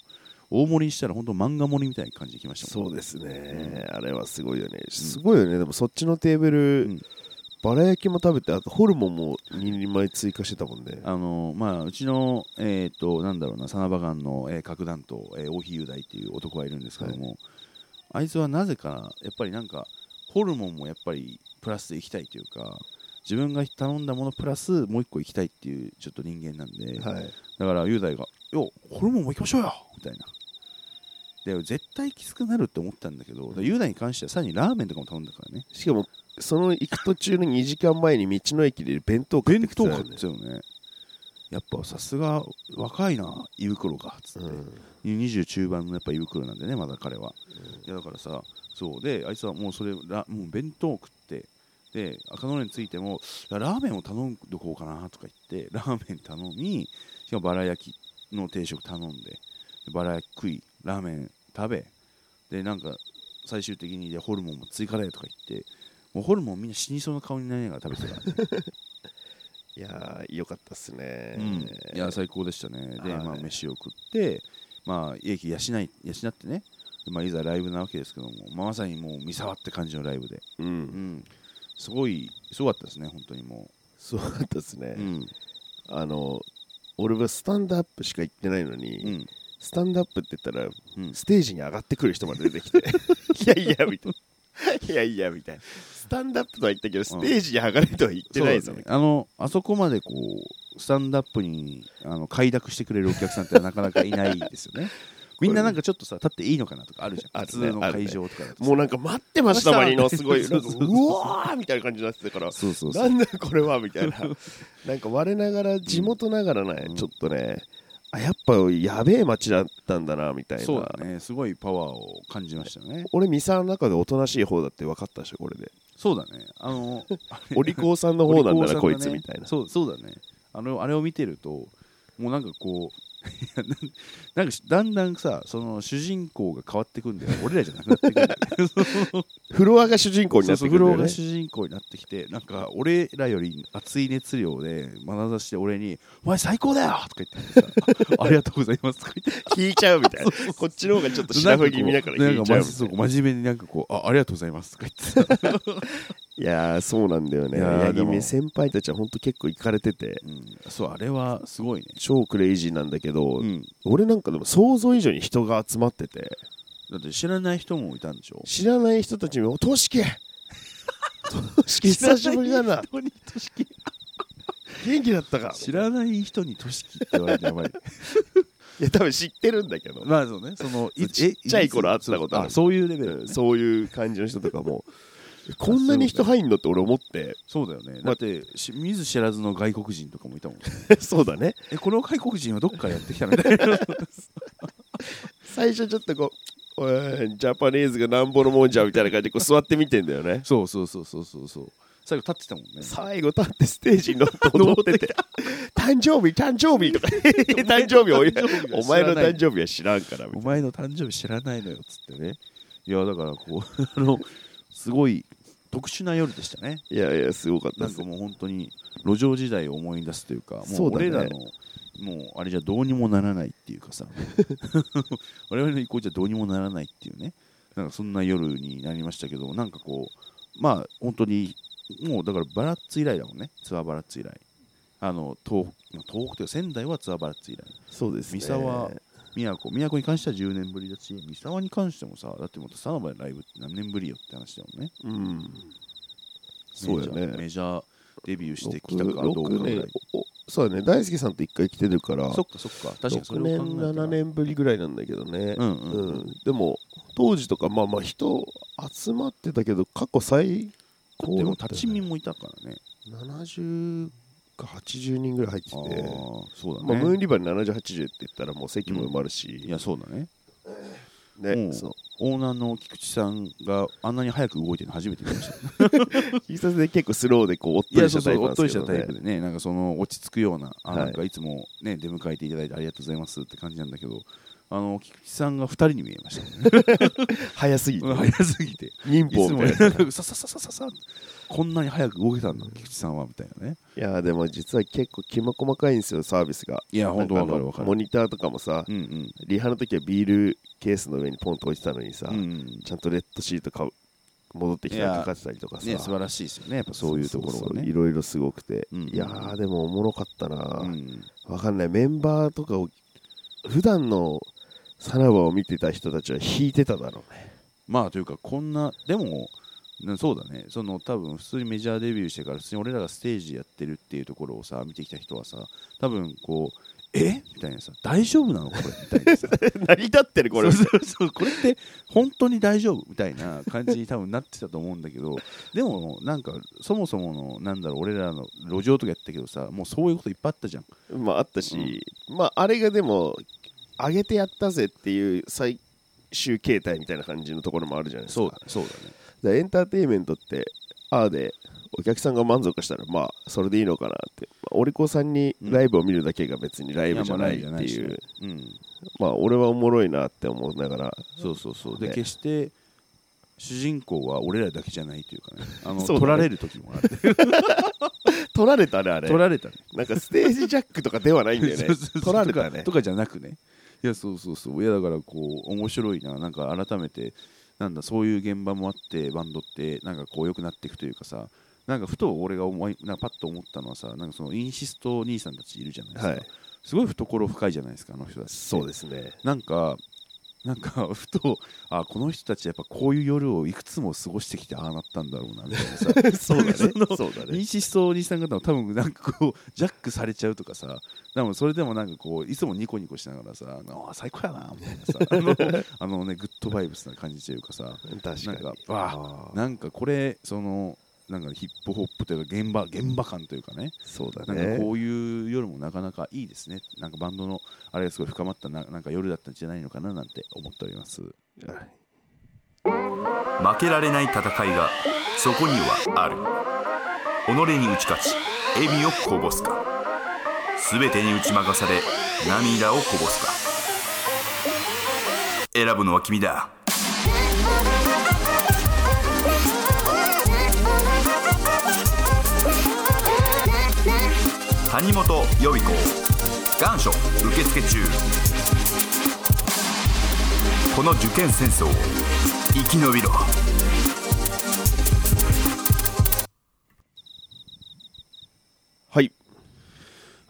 Speaker 1: 大盛りにしたら本当漫画盛りみたいな感じできましたも
Speaker 2: そ
Speaker 1: ん
Speaker 2: うですね、あれはすごいよね、すごいよね、でもそっちのテーブル、
Speaker 1: うん
Speaker 2: バラ焼きも食べて、あとホルモンも2人前追加してたもんね。
Speaker 1: あのまあ、うちの、えー、となんだろうなサナバガンの、えー、核弾頭、えー、大日雄大っていう男がいるんですけども、あいつはなぜかやっぱりなんかホルモンもやっぱりプラスでいきたいというか自分が頼んだものプラスもう一個いきたいっていうちょっと人間なんで、
Speaker 2: はい、
Speaker 1: だから雄大が「よホルモンもいきましょうよ」みたいなで絶対きつくなるって思ったんだけどだから雄大に関してはさらにラーメンとかも頼んだからね
Speaker 2: しかもその行く途中の2時間前に道の駅で弁当買って
Speaker 1: 弁
Speaker 2: きた
Speaker 1: 当
Speaker 2: よ
Speaker 1: 買っ
Speaker 2: ね
Speaker 1: たよねやっぱさすが若いな胃袋がつって、
Speaker 2: うん
Speaker 1: 20中盤のやっぱ胃袋なんでねまだ彼は、いやだからさそうであいつはもうそれらもう弁当を食ってで赤のれについてもいやラーメンを頼んどこうかなとか言ってラーメン頼みしかもバラ焼きの定食頼んでバラ焼き食いラーメン食べでなんか最終的にでホルモンも追加だよとか言ってもうホルモンみんな死にそうな顔になりながら食べてたからね
Speaker 2: いやーよかったっすね、
Speaker 1: うん、いや最高でしたね、で、
Speaker 2: はい
Speaker 1: まあ、飯を食って、まあ、駅養い養ってね、まあ、いざライブなわけですけども、まあ、まさにもう三沢って感じのライブで、
Speaker 2: うん
Speaker 1: うん、すごい、すごかったですね、本当にも
Speaker 2: そうだったっすね、
Speaker 1: う。うん
Speaker 2: あの俺はスタンドアップしか行ってないのに、
Speaker 1: うん
Speaker 2: スタンドアップって言ったら、
Speaker 1: うん
Speaker 2: ステージに上がってくる人まで出てきて いやいやみたいないやいやみたいなスタンドアップとは言ったけどステージに上がるとは言ってないぞ、
Speaker 1: そうだねあのあそこまでこうスタンドアップにあの快諾してくれるお客さんってなかなかいないです よねみんななんかちょっとさ立っていいのかなとかあるじゃん普
Speaker 2: ある
Speaker 1: 通
Speaker 2: ね
Speaker 1: の会場とかだとさ
Speaker 2: もうなんか待ってました
Speaker 1: 待
Speaker 2: ま
Speaker 1: って
Speaker 2: り
Speaker 1: ま
Speaker 2: の
Speaker 1: した
Speaker 2: すご
Speaker 1: そう
Speaker 2: いな
Speaker 1: んそ
Speaker 2: か
Speaker 1: う
Speaker 2: う
Speaker 1: そう
Speaker 2: わーみたいな感じになってたから
Speaker 1: そうそうそう
Speaker 2: なんだこれはみたいななんか我ながら地元ながらね、
Speaker 1: うん
Speaker 2: ちょっとねあやっぱやべえ街だったんだなみたいな
Speaker 1: そうだねすごいパワーを感じましたね
Speaker 2: 俺ミサの中でおとなしい方だって分かったでしょこれで
Speaker 1: そうだねあ の
Speaker 2: お利口さんの方なんだな、こ
Speaker 1: お利
Speaker 2: い
Speaker 1: 口さん
Speaker 2: つ
Speaker 1: がね
Speaker 2: みたいな
Speaker 1: そうそうだねあのあれを見てるともうなんかこう いやなんなんかだんだんさその主人公が変わってくんだよ俺らじゃなくなってくんだ よ
Speaker 2: フロアが主人公に
Speaker 1: そ
Speaker 2: な
Speaker 1: う
Speaker 2: って
Speaker 1: そう
Speaker 2: くる
Speaker 1: フ
Speaker 2: んだ
Speaker 1: ロ
Speaker 2: よ
Speaker 1: ーが
Speaker 2: ね
Speaker 1: 主人公になってきてなんか俺らより熱い熱量で眼差しで俺に「お前最高だよ!」とか言ってさあ「ありがとうございます」とか言って
Speaker 2: 引いちゃうみたいなこっちの方がちょっと白ふ気味だから
Speaker 1: なん
Speaker 2: 引い
Speaker 1: か
Speaker 2: ちゃ
Speaker 1: マ
Speaker 2: う
Speaker 1: ジそう真面目になんかこう「あありがとうございます」とか言 ってさ、
Speaker 2: いやーそうなんだよね
Speaker 1: いやー
Speaker 2: 八
Speaker 1: で
Speaker 2: 木
Speaker 1: も
Speaker 2: 目先輩たちはほんと結構いかれてて
Speaker 1: うん、そうあれはすごいね、
Speaker 2: 超クレイジーなんだけど、
Speaker 1: うん、
Speaker 2: 俺なんかでも想像以上に人が集まってて
Speaker 1: だって知らない人もいたんでしょ
Speaker 2: 知らない人たちにも「としけ! 」としけ久しぶりだな
Speaker 1: 人にとしき
Speaker 2: 元気だったか
Speaker 1: 知らない人にとしきって言われてやばい
Speaker 2: いや多分知ってるんだけ ど
Speaker 1: まあそうねその
Speaker 2: そう
Speaker 1: い
Speaker 2: ちっちゃい頃会ったことある
Speaker 1: そういうレベル、
Speaker 2: うんそういう感じの人とか もこんなに人入んのって俺思って
Speaker 1: そうだよねだってし見ず知らずの外国人とかもいたもんね
Speaker 2: そうだね
Speaker 1: えこの外国人はどっからやってきたのみたいな
Speaker 2: 最初ちょっとこうおいジャパニーズがなんぼのもんじゃみたいな感じでこう座って見てんだよ ね
Speaker 1: そうそうそうそうそうそう最後立ってたもんね
Speaker 2: 最後立ってステージに乗って踊っ てて「誕生日誕生日」とか 誕生日お い
Speaker 1: 誕生日は
Speaker 2: お前の
Speaker 1: 知らない
Speaker 2: 誕生日は知らんからみた
Speaker 1: お
Speaker 2: いな
Speaker 1: 前の誕生日知らないのよっつってねいやだからこう あのすごい特殊な夜でしたね
Speaker 2: いやいやすごかった
Speaker 1: な
Speaker 2: で
Speaker 1: ん
Speaker 2: す
Speaker 1: かもう本当に路上時代を思い出すというか、も
Speaker 2: そううだね
Speaker 1: 俺らの、もうあれじゃどうにもならないっていうか さ、我々の意向じゃどうにもならないっていうね、なんかそんな夜になりましたけど、なんかこう、まあ本当に、もうだからバラッツ以来だもんね、ツアーバラッツ以来。あの東北東北というか仙台はツアーバラッツ以来。
Speaker 2: そうです
Speaker 1: 三沢、宮古、宮古に関しては10年ぶりだし、三沢に関してもさ、だってもっとサナバでライブって何年ぶりよって話だもんね。
Speaker 2: うんそうだ
Speaker 1: メジャ
Speaker 2: よ
Speaker 1: ー
Speaker 2: ね
Speaker 1: メジャーデビューしてきたかどうか
Speaker 2: 6
Speaker 1: ぐらい
Speaker 2: 年おおそうだね大輔さんと一回来てるから
Speaker 1: そっかそっか確かにそ
Speaker 2: 6
Speaker 1: れ
Speaker 2: 年
Speaker 1: を考えたら
Speaker 2: 7年ぶりぐらいなんだけどね
Speaker 1: うんうんうん
Speaker 2: うんでも当時とかまあまあ人集まってたけど過去最高
Speaker 1: で
Speaker 2: だ
Speaker 1: も
Speaker 2: ったよね
Speaker 1: 立ち見もいたからね
Speaker 2: 70か80人ぐらい入って
Speaker 1: あ
Speaker 2: て
Speaker 1: ーそうだね、
Speaker 2: まあ、ムーンリバーに7080って言ったらもう席も埋まるし
Speaker 1: い、やそうだねう
Speaker 2: ね
Speaker 1: ん
Speaker 2: そう
Speaker 1: オーナーの菊池さんがあんなに早く動いてるの初めて見ました
Speaker 2: 必殺で結構スローでこうおっ
Speaker 1: い
Speaker 2: とり
Speaker 1: や
Speaker 2: し
Speaker 1: そうそ
Speaker 2: たタイ
Speaker 1: う
Speaker 2: プ
Speaker 1: おっ
Speaker 2: なんで
Speaker 1: とり
Speaker 2: す
Speaker 1: した
Speaker 2: けど
Speaker 1: タイ
Speaker 2: ね
Speaker 1: プでねなんかその落ち着くようなあ
Speaker 2: はい
Speaker 1: なんかいつもね出迎えていただいてありがとうございますって感じなんだけどあの菊池さんが2人に見えましたね
Speaker 2: 早すぎて
Speaker 1: うん早すぎてい
Speaker 2: 忍法
Speaker 1: つも
Speaker 2: みたい
Speaker 1: ね
Speaker 2: な
Speaker 1: なんか ささささささこんなに早く動けたんだ菊池さんはみたいなね
Speaker 2: いやでも実は結構きま細かいんですよサービスが
Speaker 1: いや
Speaker 2: な
Speaker 1: 本
Speaker 2: ん
Speaker 1: 当
Speaker 2: かあ
Speaker 1: わかるわ
Speaker 2: の
Speaker 1: かる
Speaker 2: モニターとかもさ
Speaker 1: うんうん
Speaker 2: リハの時はビールケースの上にポンと置いてたのにさ、
Speaker 1: うんうん
Speaker 2: ちゃんとレッドシートかぶ戻ってきた
Speaker 1: いや
Speaker 2: らかかってたりとかさ、
Speaker 1: ね素晴らしいですよねやっぱそういうところ
Speaker 2: そうそ
Speaker 1: が
Speaker 2: うい
Speaker 1: ね
Speaker 2: ろいろすごくて、
Speaker 1: うん
Speaker 2: いやーでもおもろかったな、わ
Speaker 1: うん
Speaker 2: かんないメンバーとかを普段のさらばを見てた人たちは弾いてただろうね
Speaker 1: まあというかこんなでもなそうだねその多分普通にメジャーデビューしてから普通に俺らがステージやってるっていうところをさ見てきた人はさ多分こうえみたいなさ大丈夫なのこれみたいな さ
Speaker 2: 成り立ってるこれ
Speaker 1: そうそうそうこれって本当に大丈夫みたいな感じに多分なってたと思うんだけどでもなんかそもそものなんだろう俺らの路上とかやったけどさもうそういうこといっぱいあったじゃん
Speaker 2: まああったし、まああれがでも上げてやったぜっていう最終形態みたいな感じのところもあるじゃないですか
Speaker 1: そうだそうだね
Speaker 2: だからエンターテインメントってああでお客さんが満足したらまあそれでいいのかなって、まあ、お利口さんにライブを見るだけが別にライブじゃないって
Speaker 1: し
Speaker 2: いう
Speaker 1: ねうん
Speaker 2: まあ俺はおもろいなって思いながら
Speaker 1: そうそうそうで、
Speaker 2: ね
Speaker 1: 決して主人公は俺らだけじゃないという かねあの
Speaker 2: そうだね
Speaker 1: 取られる時もある
Speaker 2: 取られたねあれ
Speaker 1: 取られたね
Speaker 2: なんかステージジャックとかではないんだよね
Speaker 1: そうそうそう
Speaker 2: 取られた
Speaker 1: とか
Speaker 2: ね
Speaker 1: とかじゃなくねいやそうそうそういやだからこう面白いななんか改めてなんだそういう現場もあってバンドってなんかこう良くなっていくというかさなんかふと俺が思いなんかパッと思ったのはさなんかそのインシスト兄さんたちいるじゃないですか、
Speaker 2: はい
Speaker 1: すごい懐深いじゃないですかあの人たちって
Speaker 2: そうですね
Speaker 1: なんかなんか ふとあこの人たちやっぱこういう夜をいくつも過ごしてきてああなったんだろうなみたいなさ
Speaker 2: そうだね
Speaker 1: その
Speaker 2: そうだね
Speaker 1: 認識しそうおじさん方は多分なんかこうジャックされちゃうとかさでもそれでもなんかこういつもニコニコしながらさあ最高やなみたいなさあのあのねグッドバイブスな感じというかさ
Speaker 2: 確かに
Speaker 1: なんかわ
Speaker 2: あー
Speaker 1: なんかこれそのなんかヒップホップというか現場現場感というかね
Speaker 2: そうだ
Speaker 1: なんか
Speaker 2: ね
Speaker 1: こういう夜もなかなかいいですね。なんかバンドのあれがすごい深まったななんか夜だったんじゃないのかななんて思っております。
Speaker 5: 負けられない戦いがそこにはある己に打ち勝ち笑みをこぼすか全てに打ち負かされ涙をこぼすか選ぶのは君だ谷本予備校願書受付中この受験戦争を生き延びろ
Speaker 2: はい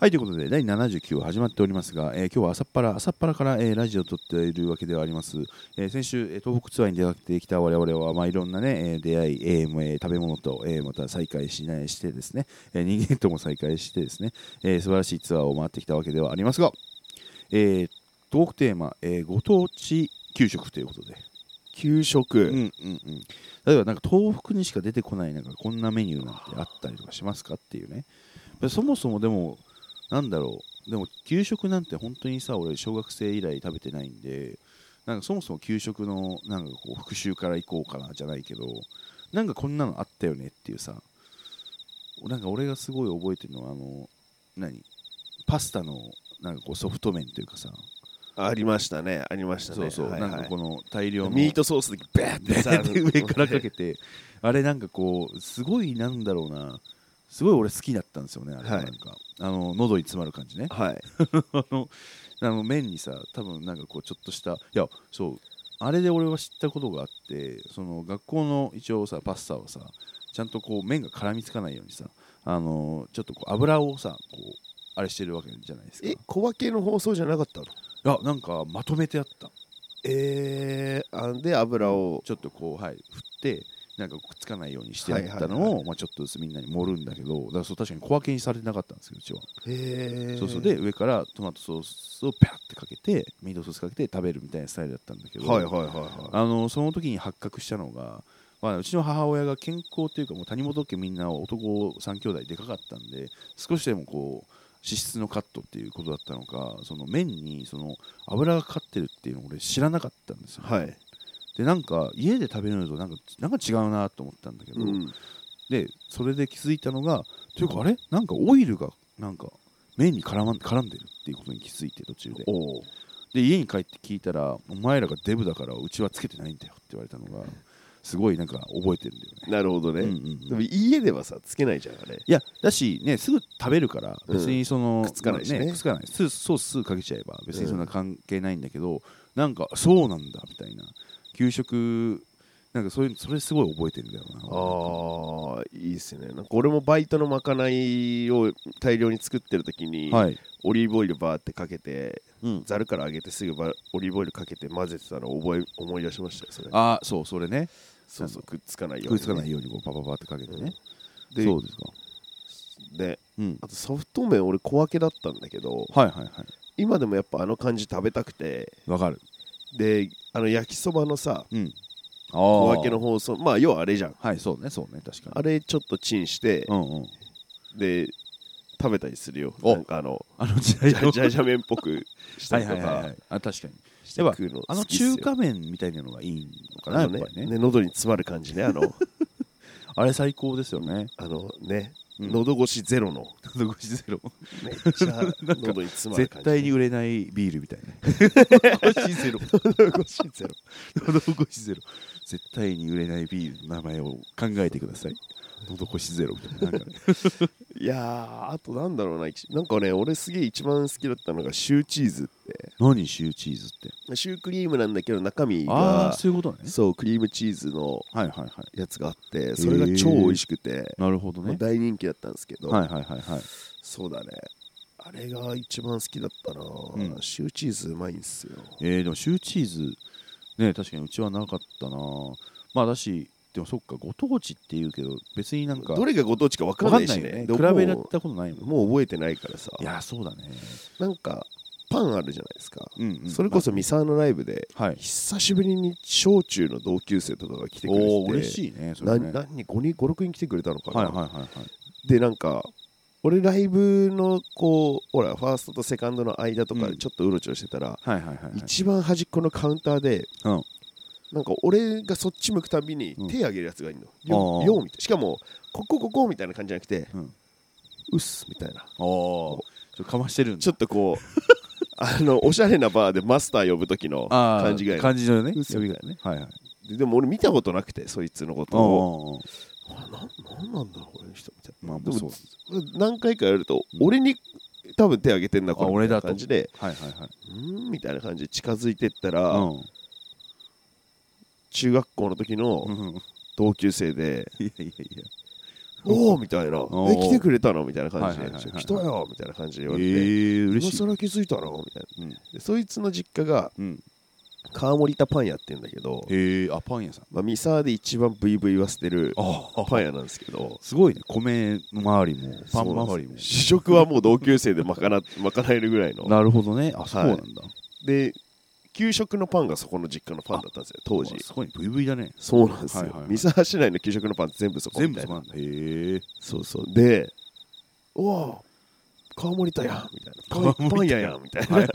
Speaker 1: はいということで第79話始まっておりますが、えー今日は朝っぱら朝っぱらから、えーラジオを撮っているわけではあります、えー先週えー東北ツアーに出かけてきた我々は、まあ、いろんな、ねえー出会い、えーもうえー食べ物と、えーまた再会しないしてですね、えー人間とも再会してですね、えー素晴らしいツアーを回ってきたわけではありますが、えートークテーマ、えーご当地給食ということで
Speaker 2: 給食、
Speaker 1: うんうんうん、例えばなんか東北にしか出てこないなんかこんなメニューなんてあったりとかしますかっていうねそもそもでもなんだろうでも給食なんて本当にさ俺小学生以来食べてないんでなんかそもそも給食のなんかこう復習から行こうかなじゃないけどなんかこんなのあったよねっていうさなんか俺がすごい覚えてるのはあの何パスタのなんかこうソフト麺というかさ、
Speaker 2: ありましたねありました
Speaker 1: そ
Speaker 2: ね
Speaker 1: うそう、
Speaker 2: はい
Speaker 1: なん
Speaker 2: は
Speaker 1: か
Speaker 2: い
Speaker 1: この大量の
Speaker 2: ミートソースでベーってさ
Speaker 1: で上からかけてあれなんかこうすごいなんだろうなすごい俺好きだったんですよねあれがなんか、あの喉に詰まる感じね
Speaker 2: はい
Speaker 1: あのあの麺にさ多分なんかこうちょっとしたいやそうあれで俺は知ったことがあってその学校の一応さパスタをさちゃんとこう麺が絡みつかないようにさあのちょっとこう油をさこうあれしてるわけじゃないですか
Speaker 2: え小分けの放送じゃなかったの
Speaker 1: いやなんかまとめてあった
Speaker 2: えー、あんで油を
Speaker 1: ちょっとこう、はい、振ってなんかくっつかないようにしてやったのを、
Speaker 2: はいはい
Speaker 1: まあ、ちょっとずつみんなに盛るんだけどだからそう確かに小分けにされてなかったんですようちは、
Speaker 2: えー、
Speaker 1: そうそうで上からトマトソースをパッてかけてミートソースかけて食べるみたいなスタイルだったんだけど、
Speaker 2: はいはいはいは
Speaker 1: あのその時に発覚したのが、まあ、うちの母親が健康というかもう谷本家みんな男3兄弟でかかったんで少しでもこう脂質のカットっていうことだったのかその麺にその油がかかってるっていうのを俺知らなかったんですよ、
Speaker 2: いはい
Speaker 1: でなんか家で食べるのとなんかなんか違うなと思ったんだけど、
Speaker 2: うん
Speaker 1: でそれで気づいたのがというかあれなんかオイルがなんか麺に絡,、ま、絡んでるっていうことに気づいて途中で
Speaker 2: おう
Speaker 1: で家に帰って聞いたらお前らがデブだからうちはつけてないんだよって言われたのがすごいなんか覚えてるんだよね
Speaker 2: なるほどね、
Speaker 1: うんうんうん
Speaker 2: でも家ではさつけないじゃんあれ
Speaker 1: いやだしねすぐ食べるから別にその、
Speaker 2: くっつかないしね
Speaker 1: まあくっつかないソースソースすぐかけちゃえば別にそんな関係ないんだけど、なんかそうなんだみたいな給食なんかそういうそれすごい覚えてるんだよな
Speaker 2: あーいいっすねなんか俺もバイトのまかないを大量に作ってる時に、
Speaker 1: はい、
Speaker 2: オリーブオイルバーってかけて
Speaker 1: うん、
Speaker 2: ざるから揚げてすぐばオリーブオイルかけて混ぜてたのを覚え思い出しましたよそれ
Speaker 1: あーそうそれね
Speaker 2: そうそうくっつかないよ
Speaker 1: 食
Speaker 2: うに
Speaker 1: いつかないようにこうパパパってかけてね、
Speaker 2: で
Speaker 1: そうですか
Speaker 2: で
Speaker 1: うん
Speaker 2: あとソフト麺俺小分けだったんだけど
Speaker 1: はいはいはい
Speaker 2: 今でもやっぱあの感じ食べたくて
Speaker 1: わかる
Speaker 2: であの焼きそばのさ
Speaker 1: うんあ
Speaker 2: 小
Speaker 1: あ
Speaker 2: 分けの放送まあ要はあれじゃん
Speaker 1: はいそうねそうね確かに
Speaker 2: あれちょっとチンして
Speaker 1: うんうん
Speaker 2: で食べたりするよ
Speaker 1: お
Speaker 2: なんかあの
Speaker 1: あの時代
Speaker 2: じ
Speaker 1: の
Speaker 2: ゃじゃじゃ麺っぽ くした
Speaker 1: はい
Speaker 2: り
Speaker 1: は
Speaker 2: と
Speaker 1: いはいは
Speaker 2: か
Speaker 1: いあ確かに
Speaker 2: して食うの
Speaker 1: あの
Speaker 2: 好きっすよ
Speaker 1: 中華麺みたいなのがいいのかな
Speaker 2: あ
Speaker 1: やっ
Speaker 2: の
Speaker 1: ぱり
Speaker 2: ね
Speaker 1: ね
Speaker 2: ね喉に詰まる感じ ねあの
Speaker 1: あれ最高ですよね
Speaker 2: あのね
Speaker 1: うん
Speaker 2: 喉越しゼロ の
Speaker 1: 喉越しゼロ
Speaker 2: めっちゃ
Speaker 1: なんか
Speaker 2: 喉に詰まる
Speaker 1: 絶
Speaker 2: 感じ
Speaker 1: 対に
Speaker 2: ね
Speaker 1: 売れないビールみたいな喉越し ゼロ
Speaker 2: 喉越しゼロ
Speaker 1: 喉越しゼロ絶対に売れないビールの名前を考えてください喉越しゼロみたいななんか ね
Speaker 2: いやーあとなんだろうな一なんかね俺すげえ一番好きだったのがシューチーズっ
Speaker 1: 何シューチーズって
Speaker 2: てシュークリームなんだけど中身
Speaker 1: ああ
Speaker 2: が
Speaker 1: そういうことね
Speaker 2: そうクリームチーズの
Speaker 1: はいはいはい
Speaker 2: やつがあってそれが超美味しくて、
Speaker 1: なるほど
Speaker 2: まあ
Speaker 1: ね
Speaker 2: 大人気だったんですけど、
Speaker 1: はいはいはいはい
Speaker 2: そうだねあれが一番好きだったな、
Speaker 1: ん
Speaker 2: シューチーズうまいんすよ
Speaker 1: えー、でもシューチーズね確かにうちはなかったなまあだしでもそっかご当地っていうけど別になんか
Speaker 2: どれがご当地か分か
Speaker 1: わ
Speaker 2: ん
Speaker 1: か
Speaker 2: なんい
Speaker 1: ないよ
Speaker 2: し
Speaker 1: ね比
Speaker 2: ねど
Speaker 1: べられ
Speaker 2: も
Speaker 1: たことないもん
Speaker 2: うもう覚えてないからさ
Speaker 1: いやそうだね
Speaker 2: なんかパンあるじゃないですか、
Speaker 1: うん、うん、
Speaker 2: それこそミサーのライブで
Speaker 1: まあはい
Speaker 2: 久しぶりに小中の同級生とかが来てくれて
Speaker 1: おお嬉しいねそれ
Speaker 2: な
Speaker 1: ね
Speaker 2: 何人5人56人来てくれたのかな、
Speaker 1: はいはいはいはい
Speaker 2: でなんか俺ライブのこうほらファーストとセカンドの間とか
Speaker 1: う
Speaker 2: で
Speaker 1: ん
Speaker 2: ちょっとうろちょろしてた
Speaker 1: は
Speaker 2: ら、
Speaker 1: いはいはいはい
Speaker 2: 一番端っこのカウンターで、
Speaker 1: うん
Speaker 2: なんか俺がそっち向くたびに
Speaker 1: うん
Speaker 2: 手上げるやつがいるの、
Speaker 1: あ
Speaker 2: よ
Speaker 1: ー
Speaker 2: ようみたいしかもここここみたいな感じじゃなくて、
Speaker 1: う
Speaker 2: うんっすみたいな
Speaker 1: おおちょっとかましてるんだ
Speaker 2: ちょっとこう あのおしゃれなバーでマスター呼ぶ時の
Speaker 1: あー
Speaker 2: 感じがいい
Speaker 1: 感じのね
Speaker 2: 嘘
Speaker 1: 呼び方ねはいはい
Speaker 2: ででも俺見たことなくてそいつのことを
Speaker 1: おー
Speaker 2: あななんなんだろうこの人みたいな、
Speaker 1: まあ
Speaker 2: でも
Speaker 1: そう
Speaker 2: 何回かやると、
Speaker 1: うん
Speaker 2: 俺に多分手挙げてんな
Speaker 1: あ
Speaker 2: これ
Speaker 1: 俺だ
Speaker 2: みたい
Speaker 1: と
Speaker 2: な感じで
Speaker 1: はいはいはいう
Speaker 2: ーんみたいな感じで近づいてったら、
Speaker 1: う
Speaker 2: 中学校の時の
Speaker 1: ん うん
Speaker 2: 同級生で
Speaker 1: いやいやいや
Speaker 2: 「おお!」みたいな「
Speaker 1: おー
Speaker 2: え来てくれたの?」みたいな感じ
Speaker 1: はいはい
Speaker 2: で
Speaker 1: はいは
Speaker 2: 「
Speaker 1: い
Speaker 2: 来たよ!」みたいな感じ
Speaker 1: え
Speaker 2: で言われて
Speaker 1: ー、
Speaker 2: 「今
Speaker 1: 嬉しい
Speaker 2: 更気づいたの?」みたい
Speaker 1: うん
Speaker 2: なでそいつの実家が
Speaker 1: うん
Speaker 2: 川森田パン屋って言うんだけど、
Speaker 1: へえあパン屋さん
Speaker 2: まあ、ミサーで一番ブイブイは捨てる
Speaker 1: ああ
Speaker 2: パン屋なんですけど
Speaker 1: すごいね米周りもパン周りも
Speaker 2: 試食はもう同級生で賄 賄えるぐらいの
Speaker 1: なるほどねあそうなんだ、
Speaker 2: で給食のパンがそこの実家のパンだったんですよ当時
Speaker 1: うわすごい VV だね
Speaker 2: そうなんですよ、
Speaker 1: はいはいはい
Speaker 2: 三沢市内の給食のパン全部そこ
Speaker 1: 全
Speaker 2: み
Speaker 1: 部
Speaker 2: たい
Speaker 1: そ
Speaker 2: な
Speaker 1: うなんだへえ
Speaker 2: そうそうで「おお川森田や」みたいな「パンパン屋や」みたい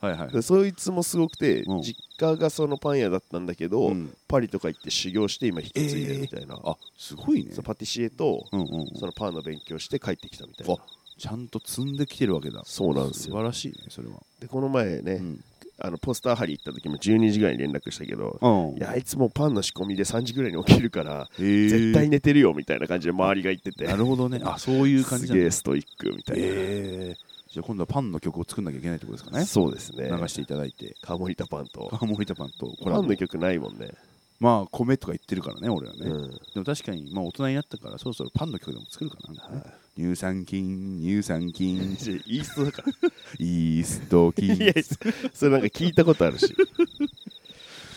Speaker 2: な、
Speaker 1: はいはい
Speaker 2: でそいつもすごくて、
Speaker 1: うん
Speaker 2: 実家がそのパン屋だったんだけど、
Speaker 1: うん
Speaker 2: パリとか行って修行して今引き継いでるみたいな、
Speaker 1: あすごいね
Speaker 2: そうパティシエと、
Speaker 1: うんうんうん
Speaker 2: そのパンの勉強して帰ってきたみたいな
Speaker 1: あちゃんと積んできてるわけだ
Speaker 2: そうなんです
Speaker 1: 素
Speaker 2: よ
Speaker 1: 晴らしいねそれは
Speaker 2: でこの前ね、
Speaker 1: うん
Speaker 2: あのポスター貼り行った時も12時ぐらいに連絡したけど、
Speaker 1: うん
Speaker 2: いやあいつもうパンの仕込みで3時ぐらいに起きるから
Speaker 1: へー
Speaker 2: 絶対寝てるよみたいな感じで周りが言ってて
Speaker 1: なるほどねあそういう感じ
Speaker 2: す
Speaker 1: なんだ
Speaker 2: げえストイックみたいな、
Speaker 1: えーじゃあ今度はパンの曲を作んなきゃいけないってことですかね
Speaker 2: そうですね
Speaker 1: 流していただいて
Speaker 2: カモリタパンと
Speaker 1: 川森田パンとコ
Speaker 2: パ
Speaker 1: ラボ
Speaker 2: ンの曲ないもん ね
Speaker 1: まあ米とか言ってるからね俺はね、
Speaker 2: うん
Speaker 1: でも確かにまあ大人になったからそろそろパンの曲でも作るかななんかね乳酸菌乳酸菌
Speaker 2: イーストだか
Speaker 1: イースト
Speaker 2: ら
Speaker 1: 菌
Speaker 2: いやそれなんか聞 いたことあるしい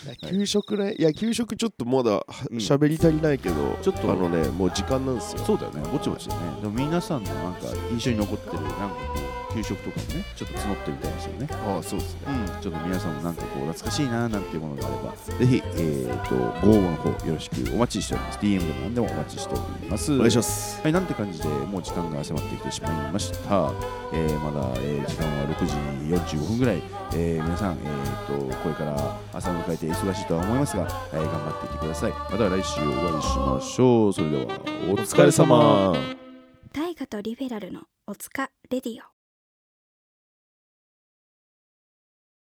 Speaker 2: や給食ねいや給食ちょっとまだは
Speaker 1: うん
Speaker 2: 喋り足りないけど、
Speaker 1: ちょっと
Speaker 2: あのねもう時間なんですよ
Speaker 1: そうだよねぼちぼちだねでも皆さんのなんか印象に残ってるなんかこう給食とかもねちょっと募ってみたいですよね
Speaker 2: ああそうですね
Speaker 1: うん、ちょっと皆さんもなんかこう懐かしいななんていうものがあればぜひ、えー、とご応募の方よろしくお待ちしております DM でも何でもお待ちしております
Speaker 2: お願いします
Speaker 1: はい、なんて感じでもう時間が迫ってきてしまいました、えーまだ、えー時間は6時45分ぐらい、えー皆さん、えー、とこれから朝を迎えて忙しいとは思いますが、えー頑張っていってくださいまた来週お会いしましょうそれではお疲れ様
Speaker 4: 大河とリベラルのおつかレディオ